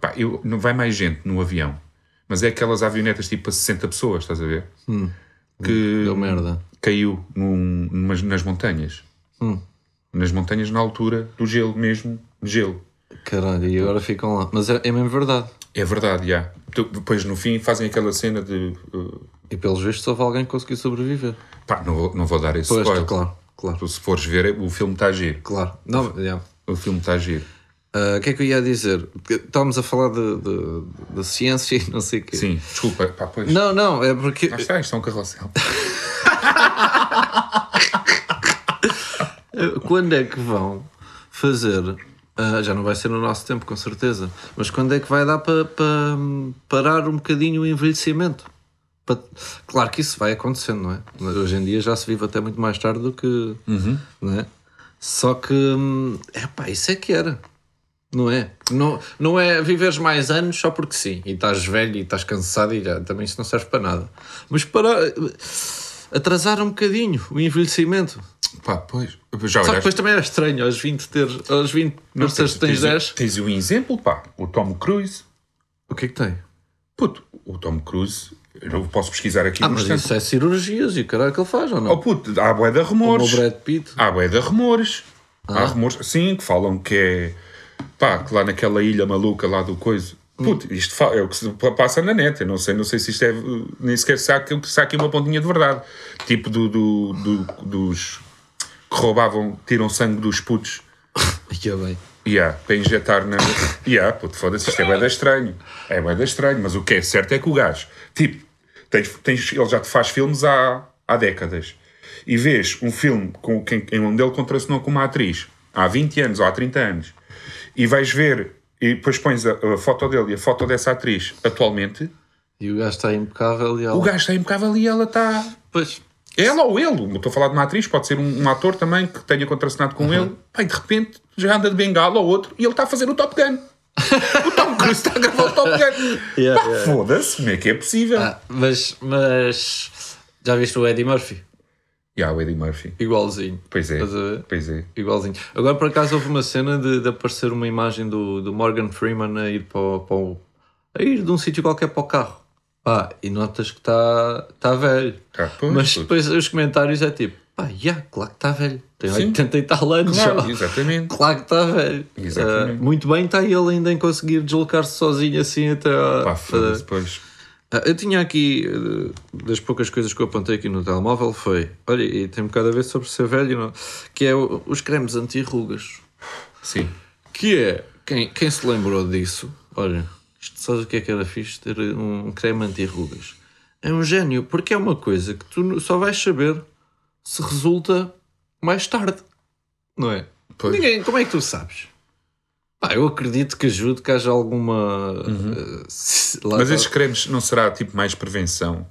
Speaker 3: Pá, eu, não vai mais gente no avião, mas é aquelas avionetas tipo a 60 pessoas, estás a ver? Que
Speaker 2: Deu merda.
Speaker 3: caiu num- numas- nas montanhas.
Speaker 2: Hum.
Speaker 3: Nas montanhas na altura do gelo mesmo, gelo.
Speaker 2: Caralho, e agora ficam lá. Mas é, é mesmo verdade.
Speaker 3: É verdade, já. Tu- Depois no fim fazem aquela cena de... uh,
Speaker 2: E pelos vistos houve alguém que conseguiu sobreviver.
Speaker 3: pá, não vou, não vou dar esse
Speaker 2: Pois,
Speaker 3: spoiler.
Speaker 2: claro, claro,
Speaker 3: Tu, Se fores ver, o filme está a giro.
Speaker 2: claro. Não, yeah.
Speaker 3: O filme está a giro.
Speaker 2: Ah, O que é que eu ia dizer? Porque Estávamos a falar de, de, de ciência e não sei o quê.
Speaker 3: Sim, desculpa. Pá, pois.
Speaker 2: É. Não, não, é porque
Speaker 3: Lá está, isto é um carrossel.
Speaker 2: Quando é que vão fazer? ah, já não vai ser no nosso tempo, com certeza. Mas quando é que vai dar para parar um bocadinho o envelhecimento? Pa- claro que isso vai acontecendo, não é? Mas Hoje em dia já se vive até muito mais tarde do que. Não é? Só que. É pá, isso é que era. Não é? Não, não é viveres mais anos só porque sim. E estás velho e estás cansado e já, também isso não serve para nada. Mas para. eh, Atrasar um bocadinho o envelhecimento.
Speaker 3: Pá, pois. Já
Speaker 2: Só que
Speaker 3: olhaste?
Speaker 2: depois também era estranho aos 20 teres, aos 20, não sei se tens 10.
Speaker 3: Tens um exemplo, pá. O Tom Cruise.
Speaker 2: O que é que tem?
Speaker 3: Puto, o Tom Cruise... Eu não posso pesquisar aqui.
Speaker 2: Ah,
Speaker 3: no
Speaker 2: mas
Speaker 3: instante.
Speaker 2: isso é cirurgias e o caralho que ele faz, ou
Speaker 3: Oh,
Speaker 2: não?
Speaker 3: puto, há bué de
Speaker 2: Como o
Speaker 3: rumores.
Speaker 2: Brad Pitt.
Speaker 3: Há bué de rumores. Há rumores, sim, que falam que é. Pá, que lá naquela ilha maluca lá do coiso. Puto, isto fa- é o que se pa- passa na net. Eu não sei, não sei se isto é. uh, Nem sequer se há, aqui- se há aqui uma pontinha de verdade. Tipo do, do- do- dos. que roubavam, tiram sangue dos putos.
Speaker 2: Ia bem.
Speaker 3: Yeah, para injetar na. Yeah, puto, foda-se, isto é bem estranho. É bem estranho, mas o que é certo é que o gajo, tipo, tens, tens, ele já te faz filmes há, há décadas. E vês um filme com, quem- em onde ele contracenou com uma atriz há 20 anos ou há 30 anos e vais ver, e depois pões a, a foto dele e a foto dessa atriz atualmente,
Speaker 2: E o gajo está impecável e ela.
Speaker 3: o gajo está impecável e ela está.
Speaker 2: Pois.
Speaker 3: Ela ou ele, não estou a falar de uma atriz, pode ser um, um ator também que tenha contracenado
Speaker 2: Uhum.
Speaker 3: com ele, pai, de repente já anda de bengala ou outro e ele está a fazer o Top Gun. o Tom Cruise está a gravar o Top Gun.
Speaker 2: Yeah,
Speaker 3: Pá,
Speaker 2: yeah.
Speaker 3: Foda-se, como é que é possível?
Speaker 2: Ah, mas, mas. Já viste o Eddie Murphy?
Speaker 3: Yeah, o Eddie Murphy.
Speaker 2: Igualzinho.
Speaker 3: Pois é,
Speaker 2: Estás a ver?
Speaker 3: pois é.
Speaker 2: Igualzinho. Agora por acaso houve uma cena de, de aparecer uma imagem do, do Morgan Freeman a ir para, o- para o- a ir de um sítio qualquer para o carro. Pá, e notas que está está velho.
Speaker 3: Tá, pois,
Speaker 2: Mas
Speaker 3: puto.
Speaker 2: depois os comentários é tipo: Pá, já, claro que está velho. Tem
Speaker 3: Sim.
Speaker 2: 80 e tal anos
Speaker 3: Claro,
Speaker 2: já.
Speaker 3: exatamente.
Speaker 2: Claro que está velho.
Speaker 3: Exatamente.
Speaker 2: Ah, muito bem está ele ainda em conseguir deslocar-se sozinho assim até à-
Speaker 3: Pá,
Speaker 2: a-
Speaker 3: foda-se, pois.
Speaker 2: Ah, eu tinha aqui, eh, das poucas coisas que eu apontei aqui no telemóvel foi, olha, e tem um bocado a ver sobre ser velho, não? que é o- os cremes anti-rugas.
Speaker 3: Sim.
Speaker 2: Que é, quem, quem se lembrou disso, olha, isto sabes o que é que era fixe? Ter um creme anti-rugas. É um gênio, porque é uma coisa que tu nu- só vais saber se resulta mais tarde, não é?
Speaker 3: Pois.
Speaker 2: Ninguém, como é que tu sabes? Pá, eu acredito que ajude que haja alguma. eh, se- lá-
Speaker 3: Uhum. Mas esses cremes não será tipo mais prevenção?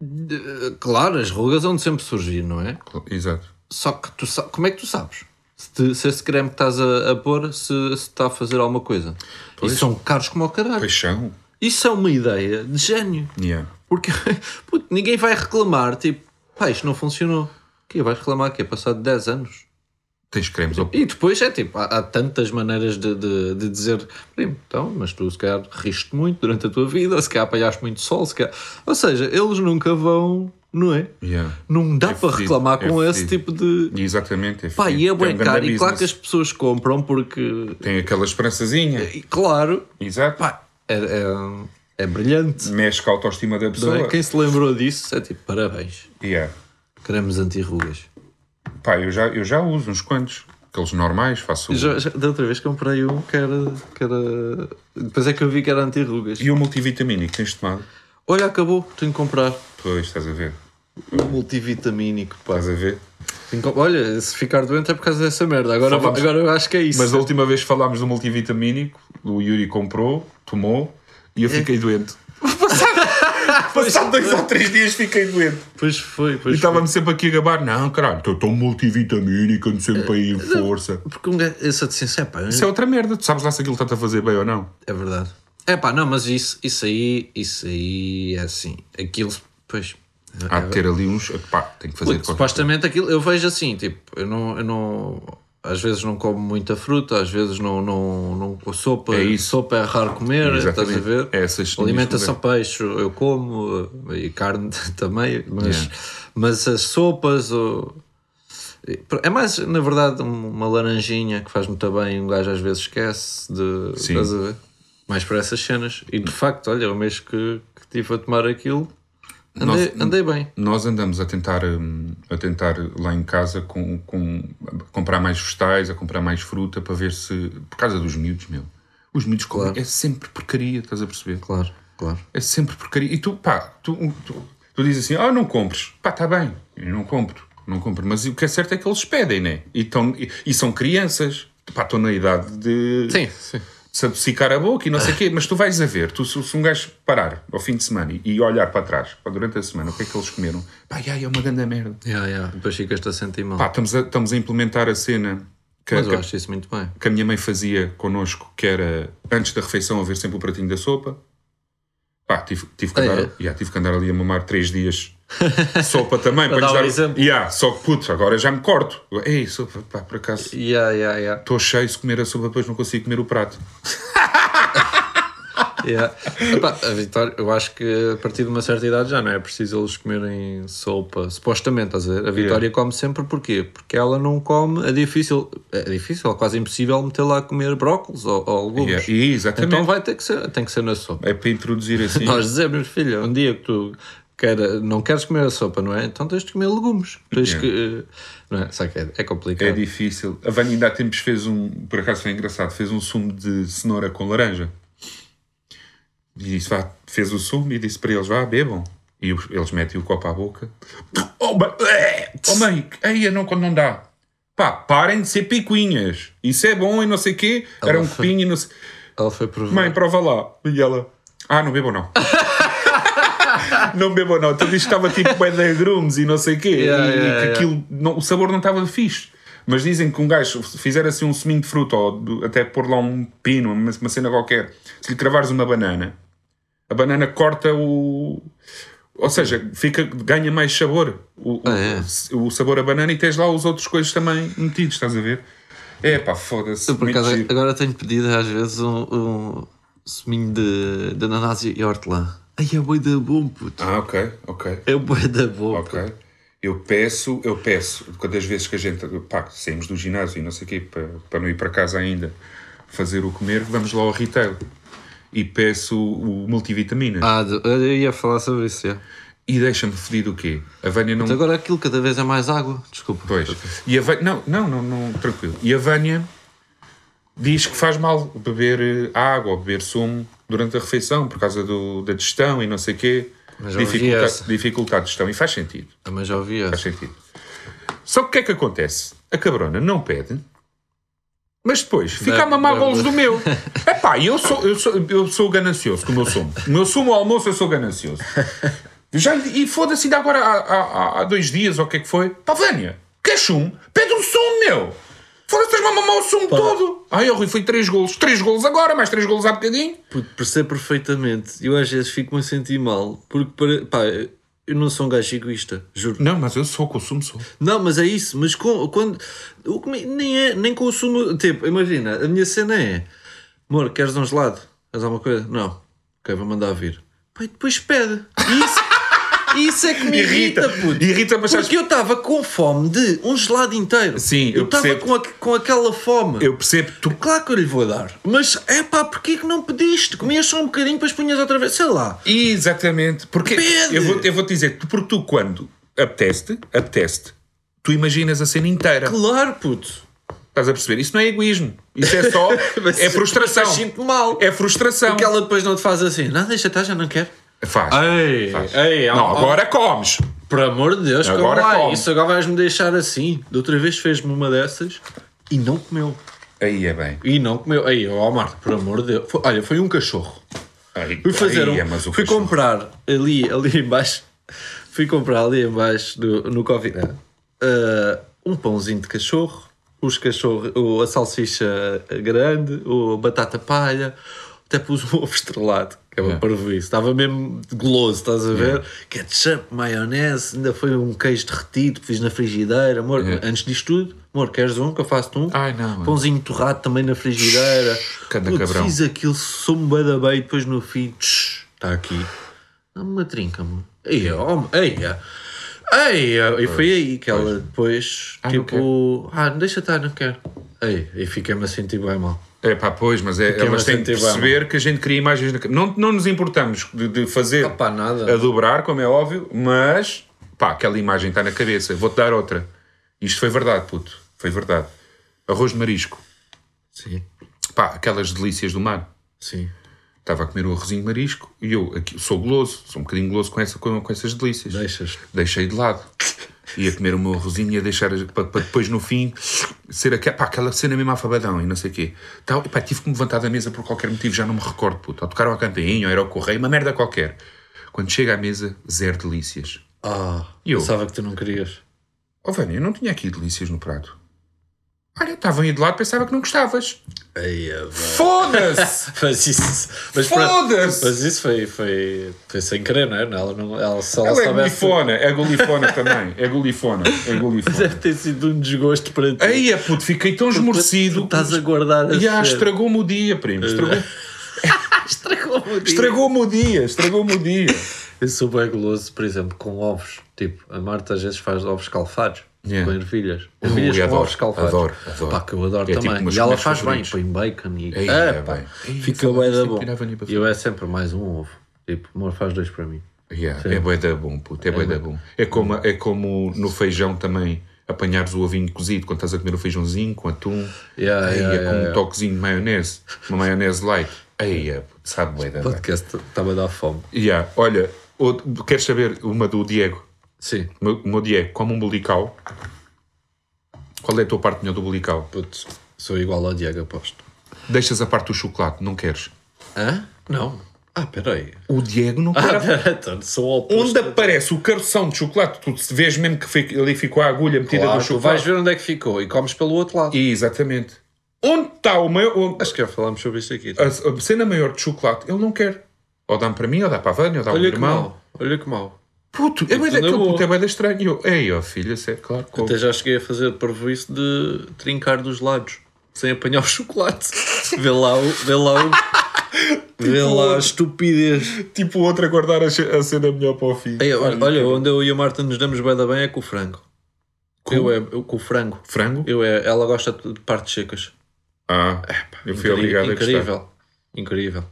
Speaker 2: de- eh, Claro, as rugas vão sempre surgir, não é?
Speaker 3: Exato.
Speaker 2: Só que tu sa- como é que tu sabes? Se, te- se esse creme que estás a, a pôr se se está a fazer alguma coisa. E são caros como o caralho.
Speaker 3: Paixão?
Speaker 2: Isso é uma ideia de gênio.
Speaker 3: Yeah.
Speaker 2: Porque puto, ninguém vai reclamar, tipo, pá, isto não funcionou. Que vais reclamar que é passado 10 anos.
Speaker 3: Tens cremes ao...
Speaker 2: E depois é tipo, há, há tantas maneiras de, de, de dizer, primo, então, mas tu se calhar riste muito durante a tua vida, ou se calhar apanhaste muito sol, se calhar. Ou seja, eles nunca vão, não é?
Speaker 3: Yeah.
Speaker 2: Não dá
Speaker 3: É
Speaker 2: para
Speaker 3: fedido,
Speaker 2: reclamar
Speaker 3: é
Speaker 2: com esse
Speaker 3: fedido.
Speaker 2: tipo de.
Speaker 3: E Exatamente. É
Speaker 2: Pá,
Speaker 3: fedido.
Speaker 2: e é
Speaker 3: Tem
Speaker 2: bem
Speaker 3: um grande
Speaker 2: caro. E claro que as
Speaker 3: business.
Speaker 2: pessoas compram porque.
Speaker 3: Tem aquela esperançazinha.
Speaker 2: e claro,
Speaker 3: Exato.
Speaker 2: É. pá, é, é, é brilhante.
Speaker 3: Mexe com a autoestima da
Speaker 2: não
Speaker 3: pessoa.
Speaker 2: é? Quem se lembrou disso é tipo, parabéns.
Speaker 3: Yeah.
Speaker 2: Cremes anti-rugas.
Speaker 3: Pá, eu já, eu já uso uns quantos. Aqueles normais, faço.
Speaker 2: Eu Já, já- da outra vez comprei um que era, que era. Depois é que eu vi que era anti-rugas.
Speaker 3: E o multivitamínico tens tomado?
Speaker 2: Olha, acabou, tenho que comprar
Speaker 3: Pois, estás a ver.
Speaker 2: um multivitamínico. Pá.
Speaker 3: Estás a ver.
Speaker 2: Tenho que- Olha, se ficar doente é por causa dessa merda. Agora,
Speaker 3: Falamos-
Speaker 2: agora eu acho que é isso.
Speaker 3: Mas a última vez que falámos do multivitamínico, o Yuri comprou, tomou e eu fiquei doente. Passado, passado É. dois ou três dias fiquei doente.
Speaker 2: tipo, Pois foi,
Speaker 3: E
Speaker 2: pois foi.
Speaker 3: estava-me sempre aqui a gabar. Não, caralho, estou tão multivitamínico, ando sempre aí em força.
Speaker 2: Porque um gajo, essa deficiência é pá,
Speaker 3: Isso é outra merda. Tu sabes lá se aquilo está-te a fazer bem ou não.
Speaker 2: É verdade. É pá, não, mas isso, isso aí, isso aí é assim. Aquilo, pois. é-
Speaker 3: Há de ter ali uns. É. Pá, tenho que fazer
Speaker 2: Puto,
Speaker 3: qualquer
Speaker 2: supostamente aquilo, eu vejo assim, tipo, eu não, eu não. Às vezes não como muita fruta, às vezes não. não, não com sopa,
Speaker 3: É isso.
Speaker 2: sopa é raro comer, estás a
Speaker 3: Exatamente.
Speaker 2: ver?
Speaker 3: É essas-
Speaker 2: Alimentação peixe eu como, eh, e carne também, mas,
Speaker 3: Yeah.
Speaker 2: mas as sopas. o- É mais, na verdade, um- uma laranjinha que faz muito bem, um gajo às vezes esquece de.
Speaker 3: Sim.
Speaker 2: Estás a ver? Mais para essas cenas. E de facto, olha, o mês que, que estive a tomar aquilo, andei,
Speaker 3: Nós-
Speaker 2: andei bem.
Speaker 3: Nós andamos a tentar, hum, a tentar lá em casa com, com- a comprar mais vegetais, a comprar mais fruta para ver se. Por causa dos miúdos, meu. Os miúdos comem. É sempre porcaria, estás a perceber?
Speaker 2: Claro, claro.
Speaker 3: É sempre porcaria. E tu, pá, tu, tu, tu dizes assim: ah, não compres. Pá, está bem, eu não compro, não compro. Mas o que é certo é que eles pedem, né? E, tão, e, e são crianças. Pá, estão na idade de
Speaker 2: Sim, sim.
Speaker 3: se adocicar a boca e não sei o quê, mas tu vais a ver, tu, se, se um gajo parar ao fim de semana e, e olhar para trás, pá, durante a semana, o que é que eles comeram? Pá, ai, é uma grande merda.
Speaker 2: Yeah, yeah. Depois ficas-te a sentir mal.
Speaker 3: Pá, estamos a, estamos a implementar a cena que,
Speaker 2: Mas eu
Speaker 3: que-
Speaker 2: acho isso muito bem.
Speaker 3: que a minha mãe fazia connosco, que era antes da refeição haver sempre o pratinho da sopa. Pá, tive, tive, que,
Speaker 2: Ah,
Speaker 3: andar,
Speaker 2: é?
Speaker 3: yeah, tive que andar ali a mamar três dias sopa também,
Speaker 2: Para
Speaker 3: para, lhes
Speaker 2: dar
Speaker 3: dar
Speaker 2: o exemplo.
Speaker 3: Yeah, só que puto, agora já me corto. Ei, sopa, pá, por acaso.
Speaker 2: Yeah, yeah, yeah.
Speaker 3: Estou cheio, se comer a sopa depois não consigo comer o prato.
Speaker 2: yeah. Epá, a Vitória, eu acho que a partir de uma certa idade já não é preciso eles comerem sopa. Supostamente, estás a ver? A Vitória come sempre porquê? Porque ela não come. É difícil, é difícil, é quase impossível meter lá a comer brócolis ou, ou legumes.
Speaker 3: Yeah, e é exatamente.
Speaker 2: Então vai ter que ser, tem que ser na sopa.
Speaker 3: É para introduzir assim.
Speaker 2: Nós dizemos, filha, um dia que tu queira, não queres comer a sopa, não é? Então tens de comer legumes. Tens
Speaker 3: Yeah.
Speaker 2: que. eh, Não é? Sabe que é, é complicado.
Speaker 3: É difícil. A Vânia ainda há tempos fez um, por acaso foi engraçado, fez um sumo de cenoura com laranja. E disse, vá, fez o sumo e disse para eles, vá, bebam. E os- eles metem o copo à boca. Oh, ma- eh! Oh, mãe, aí não, quando não dá. Pá, parem de ser picuinhas. Isso é bom e não sei o quê. Era um
Speaker 2: Ela foi-
Speaker 3: copinho e não sei...
Speaker 2: Ela foi provar.
Speaker 3: Mãe, prova lá. E ela, ah, não bebo não. não bebo não. Tu disse que estava tipo bué de agrumes e não sei o quê.
Speaker 2: Yeah,
Speaker 3: e, e
Speaker 2: yeah,
Speaker 3: que
Speaker 2: yeah.
Speaker 3: aquilo, não- o sabor não estava fixe. Mas dizem que um gajo, se fizer assim um seminho de fruta, ou de- até pôr lá um pino, uma, uma cena qualquer, se lhe cravares uma banana, a banana corta o... Ou seja, fica, ganha mais sabor o, o-
Speaker 2: Ah, é?
Speaker 3: o sabor a banana e tens lá os outros coisas também metidos, estás a ver? É pá, foda-se.
Speaker 2: Eu, por
Speaker 3: muito
Speaker 2: acaso,
Speaker 3: giro.
Speaker 2: agora tenho pedido às vezes um, um suminho de, de ananás e hortelã. Ai, é boi da bom, puto.
Speaker 3: Ah, ok, ok.
Speaker 2: É boi da bom.
Speaker 3: Ok. Eu peço, eu peço, quantas vezes que a gente, pá, saímos do ginásio e não sei o quê, para, para não ir para casa ainda fazer o comer, vamos lá ao retail. E peço o multivitamina.
Speaker 2: Ah, de- eu ia falar sobre isso, é.
Speaker 3: E deixa-me fedido o quê? A Vânia não.
Speaker 2: Agora aquilo cada vez é mais água, desculpa.
Speaker 3: Pois. E a Vânia... Não, não, não, não, tranquilo. E a Vânia diz que faz mal beber eh, água ou beber sumo durante a refeição por causa do, da digestão e não sei o quê.
Speaker 2: Mas já ouvi
Speaker 3: Dificulta,
Speaker 2: essa.
Speaker 3: dificulta a digestão. E faz sentido.
Speaker 2: Também já ouvi
Speaker 3: Faz
Speaker 2: essa.
Speaker 3: sentido. Só que o que é que acontece? A cabrona não pede, mas depois fica a
Speaker 2: Não,
Speaker 3: mamar
Speaker 2: não.
Speaker 3: bolos do meu. Epá, eu sou, eu, sou, eu sou ganancioso com o meu sumo. O meu sumo ao almoço eu sou ganancioso. Já, lhe- e foda-se, ainda agora há, há- há- há dois dias ou o que é que foi? Pá, Vânia, quer sumo? Pede um sumo, meu! Foda-se, estás-me a mamar o sumo todo! Ai, eu Rui, foi três golos. Três golos agora, mais três golos há bocadinho.
Speaker 2: Puto, Percebo perfeitamente. Eu às vezes fico-me a sentir mal, porque, para- pá, eu não sou um gajo egoísta, juro.
Speaker 3: Não, mas eu sou com o sumo, sou.
Speaker 2: Não, mas é isso. Mas com- quando. o que me- nem, é, nem consumo. Tipo, imagina, a minha cena é. Amor, queres um gelado? Queres alguma coisa? Não. Ok, vou mandar vir. Pai, depois pede. E Isso, isso é que me irrita,
Speaker 3: Irrita.
Speaker 2: puto.
Speaker 3: Irrita, mas sabes-
Speaker 2: Porque eu estava com fome de um gelado inteiro.
Speaker 3: Sim, eu
Speaker 2: eu estava
Speaker 3: percebo.
Speaker 2: com, aque- com aquela fome.
Speaker 3: Eu percebo, tu
Speaker 2: Claro que eu lhe vou dar. Mas é pá, porquê que não pediste? Comias só um bocadinho, depois punhas outra vez. Sei lá.
Speaker 3: Exatamente. Porque
Speaker 2: Pede!
Speaker 3: eu vou, eu vou te dizer, tu- porque tu quando apetece-te, apetece-te, tu imaginas a cena inteira.
Speaker 2: Claro, puto.
Speaker 3: Estás a perceber? Isso não é egoísmo. Isso é só.
Speaker 2: Mas-
Speaker 3: é frustração.
Speaker 2: mas sinto mal.
Speaker 3: É frustração.
Speaker 2: Porque ela depois não te faz assim. Não, deixa estar, já não quero.
Speaker 3: Faz.
Speaker 2: Ei,
Speaker 3: faz.
Speaker 2: ei,
Speaker 3: não,
Speaker 2: ó, ó.
Speaker 3: agora comes.
Speaker 2: Por amor de Deus, como
Speaker 3: Agora
Speaker 2: lá.
Speaker 3: come.
Speaker 2: Isso agora vais-me deixar assim. Da outra vez fez-me uma dessas e não comeu.
Speaker 3: Aí é bem.
Speaker 2: E não comeu. Aí, ó Marta, por amor de Deus. Foi- olha, foi um cachorro.
Speaker 3: Aí,
Speaker 2: Fui fazer
Speaker 3: aí
Speaker 2: um.
Speaker 3: é, mas o
Speaker 2: fui
Speaker 3: cachorro.
Speaker 2: comprar ali, ali embaixo. Fui comprar ali embaixo do, no Covid.
Speaker 3: É.
Speaker 2: ah, um pãozinho de cachorro, os cachorro, o- a salsicha grande, o batata palha, até pus um ovo estrelado. Que é uma
Speaker 3: Yeah.
Speaker 2: parvoíce. Estava mesmo goloso, estás a
Speaker 3: É.
Speaker 2: ver? Ketchup, maionese, ainda foi um queijo derretido que fiz na frigideira. Amor,
Speaker 3: Yeah.
Speaker 2: antes disto tudo, amor, queres um que eu faço-te um?
Speaker 3: É. Ai, não, mano.
Speaker 2: Pãozinho torrado também na frigideira.
Speaker 3: Cada
Speaker 2: Puto,
Speaker 3: cabrão.
Speaker 2: Fiz aquilo, sou-me bué da bem, depois no fim, está aqui. Dá-me uma trinca, mano. Ei, homem, ei, é. ei, ei, e foi aí que ela depois,
Speaker 3: Ah, não
Speaker 2: tipo, ah, não deixa estar, não quero. Ei, e fiquei-me a sentir bem mal.
Speaker 3: É pá, pois, mas é,
Speaker 2: Fiquei
Speaker 3: elas têm que
Speaker 2: bastante bem,
Speaker 3: perceber que a gente cria imagens. Na... ca- Não, não nos importamos de, de fazer
Speaker 2: Ah, pá, nada.
Speaker 3: a dobrar, como é óbvio, mas pá, aquela imagem está na cabeça. Vou-te dar outra. Isto foi verdade, puto. Foi verdade. Arroz de marisco.
Speaker 2: Sim,
Speaker 3: Pá, aquelas delícias do mar.
Speaker 2: sim.
Speaker 3: Estava a comer o arrozinho de marisco e eu aqui, sou goloso, sou um bocadinho goloso com, essa, com, com essas delícias.
Speaker 2: Deixas.
Speaker 3: Deixei de lado. Ia comer o meu arrozinho e ia deixar as- para, para depois no fim ser aquela, pá, aquela cena mesmo afabadão e não sei o quê. Tal, e pá, tive que me levantar da mesa por qualquer motivo, já não me recordo, puto. Ou tocaram a campainha, ou era o correio, uma merda qualquer. Quando chega à mesa, zero delícias.
Speaker 2: Ah,
Speaker 3: E eu?
Speaker 2: pensava que tu não querias.
Speaker 3: Oh, Vânia, eu não tinha aqui delícias no prato. Olha, estavam aí de lado, pensava que não gostavas.
Speaker 2: Ei, ah, vá.
Speaker 3: Foda-se!
Speaker 2: mas isso, mas pronto.
Speaker 3: Foda-se!
Speaker 2: Mas isso foi, foi, foi sem querer, não é? Ela não, ela, se ela,
Speaker 3: Ela é
Speaker 2: soubesse,
Speaker 3: golifona, é golifona também. É golifona, é golifona.
Speaker 2: deve ter sido um desgosto para ti.
Speaker 3: Aí é puto, fiquei tão
Speaker 2: Tu
Speaker 3: esmorecido.
Speaker 2: estás a guardar a
Speaker 3: E ah,
Speaker 2: cena.
Speaker 3: estragou-me o dia, primo. Estragou-
Speaker 2: Estragou o dia.
Speaker 3: Estragou-me o dia, estragou-me o dia.
Speaker 2: Eu sou bem guloso, por exemplo, com ovos. Tipo, a Marta às vezes faz ovos calfados.
Speaker 3: Yeah.
Speaker 2: Com ervilhas.
Speaker 3: Ui,
Speaker 2: Ervilhas com
Speaker 3: adoro,
Speaker 2: ovos calfados.
Speaker 3: adoro, adoro.
Speaker 2: Pá, que eu adoro
Speaker 3: É tipo
Speaker 2: também.
Speaker 3: meus
Speaker 2: e ela
Speaker 3: comidas
Speaker 2: faz
Speaker 3: favoritos.
Speaker 2: bem, põe bacon e...
Speaker 3: Ei,
Speaker 2: é,
Speaker 3: é
Speaker 2: pá,
Speaker 3: bem. Ei,
Speaker 2: fica
Speaker 3: saudades,
Speaker 2: bem da
Speaker 3: nem
Speaker 2: bom.
Speaker 3: tirava nem para
Speaker 2: E eu é sempre mais um ovo. Tipo, amor, faz dois para mim.
Speaker 3: Yeah, é bué da bom, puto, é bué da bom. É como, é como no feijão também apanhares o ovinho cozido quando estás a comer o feijãozinho com atum.
Speaker 2: Yeah,
Speaker 3: Aí
Speaker 2: yeah,
Speaker 3: é
Speaker 2: yeah,
Speaker 3: com um
Speaker 2: yeah.
Speaker 3: toquezinho de maionese, uma maionese light. Aí é, puto, sabe bué da
Speaker 2: O
Speaker 3: bem.
Speaker 2: podcast estava a dar fome.
Speaker 3: Yeah, olha, outro- queres saber uma do Diego?
Speaker 2: Sim.
Speaker 3: O meu- o meu Diego, como um bulical. Qual é a tua parte melhor do bulical?
Speaker 2: Putz, sou igual ao Diego, aposto.
Speaker 3: Deixas a parte do chocolate, não queres?
Speaker 2: Hã? Não. Ah, peraí.
Speaker 3: O Diego não
Speaker 2: Ah,
Speaker 3: quer.
Speaker 2: peraí, então, sou ao oposto.
Speaker 3: Onde aparece o carroção de chocolate, tu se vês mesmo que fica- ali ficou a agulha metida
Speaker 2: Claro,
Speaker 3: no
Speaker 2: tu vais
Speaker 3: chocolate.
Speaker 2: ver onde é que ficou e comes pelo outro lado.
Speaker 3: E, exatamente. Onde está o maior. o-
Speaker 2: Acho que já falámos sobre isto aqui.
Speaker 3: a, a cena maior de chocolate, ele não quer. Ou dá-me para mim, ou dá para a Vânia, ou dá para o meu
Speaker 2: Olha que
Speaker 3: irmão.
Speaker 2: mal. Olha que mal.
Speaker 3: Puto, é bué da-
Speaker 2: na
Speaker 3: aquele
Speaker 2: boa.
Speaker 3: puto é bué da estranho. E Eu, Ei, ó filha, sério, claro. como.
Speaker 2: Até já cheguei a fazer parvoíce de trincar dos lados, sem apanhar o chocolate. Vê lá o. Vê lá o. Vê lá, estupidez.
Speaker 3: Tipo o outro a guardar a, ce- a cena melhor para o fim.
Speaker 2: Ei, olha, olha, onde eu e a Marta nos damos bem da bem é com o frango. Eu é eu com o frango.
Speaker 3: Frango?
Speaker 2: Eu é, ela gosta de partes secas.
Speaker 3: Ah, eu
Speaker 2: Incri-
Speaker 3: fui obrigado a gostar.
Speaker 2: Incrível. Incrível.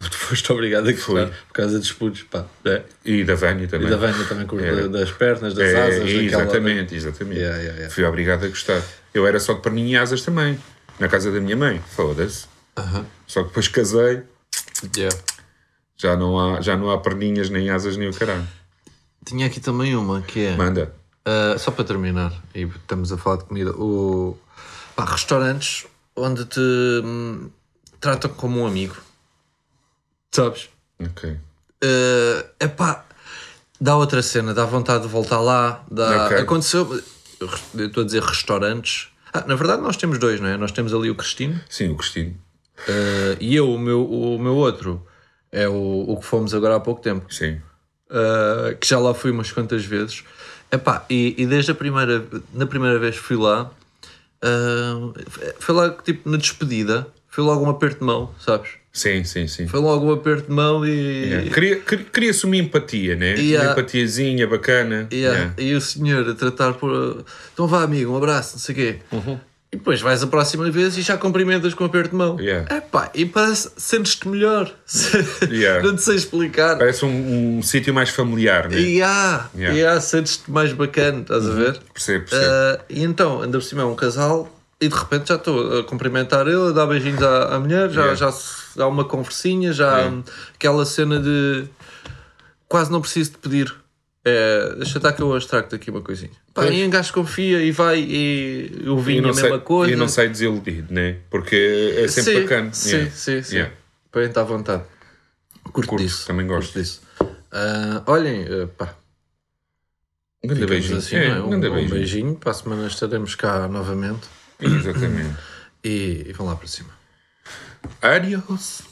Speaker 2: Tu foste obrigado a gostar
Speaker 3: Fui.
Speaker 2: por causa dos putos. Pá. É.
Speaker 3: E da Vânia
Speaker 2: E
Speaker 3: também.
Speaker 2: da Vânia também, com os-
Speaker 3: É.
Speaker 2: das pernas, das
Speaker 3: É,
Speaker 2: asas. daquela-
Speaker 3: exatamente, exatamente.
Speaker 2: Yeah, yeah, yeah.
Speaker 3: Fui obrigado a gostar. Eu era só de perninha e asas também. Na casa da minha mãe. Foda-se.
Speaker 2: Aham.
Speaker 3: Só que depois casei,
Speaker 2: Yeah.
Speaker 3: já não há, já não há perninhas, nem asas, nem o caralho.
Speaker 2: Tinha aqui também uma que é.
Speaker 3: Manda.
Speaker 2: Uh, só para terminar, e estamos a falar de comida, o, pá, restaurantes onde te hum, tratam como um amigo, sabes?
Speaker 3: Ok.
Speaker 2: Uh, epá, dá outra cena, dá vontade de voltar lá. Dá,
Speaker 3: Ok.
Speaker 2: Aconteceu, eu estou a dizer restaurantes. Ah, na verdade, nós temos dois, não é? Nós temos ali o Cristino
Speaker 3: Sim, o Cristino.
Speaker 2: uh, e eu, o meu, o meu outro, é o, o que fomos agora há pouco tempo.
Speaker 3: Sim.
Speaker 2: Uh, que já lá fui umas quantas vezes. Epá, e, e desde a primeira, na primeira vez que fui lá, uh, foi lá que, tipo na despedida, foi logo um aperto de mão, sabes?
Speaker 3: Sim, sim, sim.
Speaker 2: Foi logo um aperto de mão e.
Speaker 3: Yeah. Queria- quer- Cria-se uma empatia, né?
Speaker 2: Yeah.
Speaker 3: Uma empatiazinha bacana. né?
Speaker 2: Yeah.
Speaker 3: Yeah.
Speaker 2: E o senhor a tratar por. Então vá, amigo, um abraço, não sei o quê.
Speaker 3: Uhum.
Speaker 2: E depois vais a próxima vez e já cumprimentas com um aperto de mão.
Speaker 3: Yeah.
Speaker 2: Epá, e parece sentes-te melhor.
Speaker 3: Yeah.
Speaker 2: não te sei explicar.
Speaker 3: Parece um, um sítio mais familiar, né?
Speaker 2: E há,
Speaker 3: Yeah. Uhum.
Speaker 2: e há, sentes-te mais bacana, estás a ver?
Speaker 3: Percebo, percebo.
Speaker 2: Ah, e então, ainda por cima é um casal e de repente já estou a cumprimentar ele, a dar beijinhos à, à mulher, já,
Speaker 3: Yeah.
Speaker 2: já se- há uma conversinha, já há, hum, aquela cena de quase não preciso de pedir. É, deixa eu estar que eu extracto aqui uma coisinha. Pá,
Speaker 3: Pois.
Speaker 2: e um gajo confia e vai e o
Speaker 3: E
Speaker 2: vinho é a
Speaker 3: não
Speaker 2: mesma
Speaker 3: sai-
Speaker 2: coisa.
Speaker 3: E não sai desiludido, né? Porque é sempre
Speaker 2: sim,
Speaker 3: bacana.
Speaker 2: Sim,
Speaker 3: Yeah.
Speaker 2: sim, sim.
Speaker 3: Yeah.
Speaker 2: Põem-te à vontade. Curto,
Speaker 3: Curto,
Speaker 2: disso.
Speaker 3: também
Speaker 2: curto
Speaker 3: gosto.
Speaker 2: disso. Ah, olhem, eh, pá,
Speaker 3: Um grande
Speaker 2: ficamos
Speaker 3: beijinho.
Speaker 2: assim,
Speaker 3: é,
Speaker 2: não é?
Speaker 3: um
Speaker 2: Um,
Speaker 3: grande
Speaker 2: um
Speaker 3: beijinho.
Speaker 2: beijinho. Para a semana estaremos cá novamente
Speaker 3: Exatamente.
Speaker 2: e- e vão lá para cima.
Speaker 3: Adios.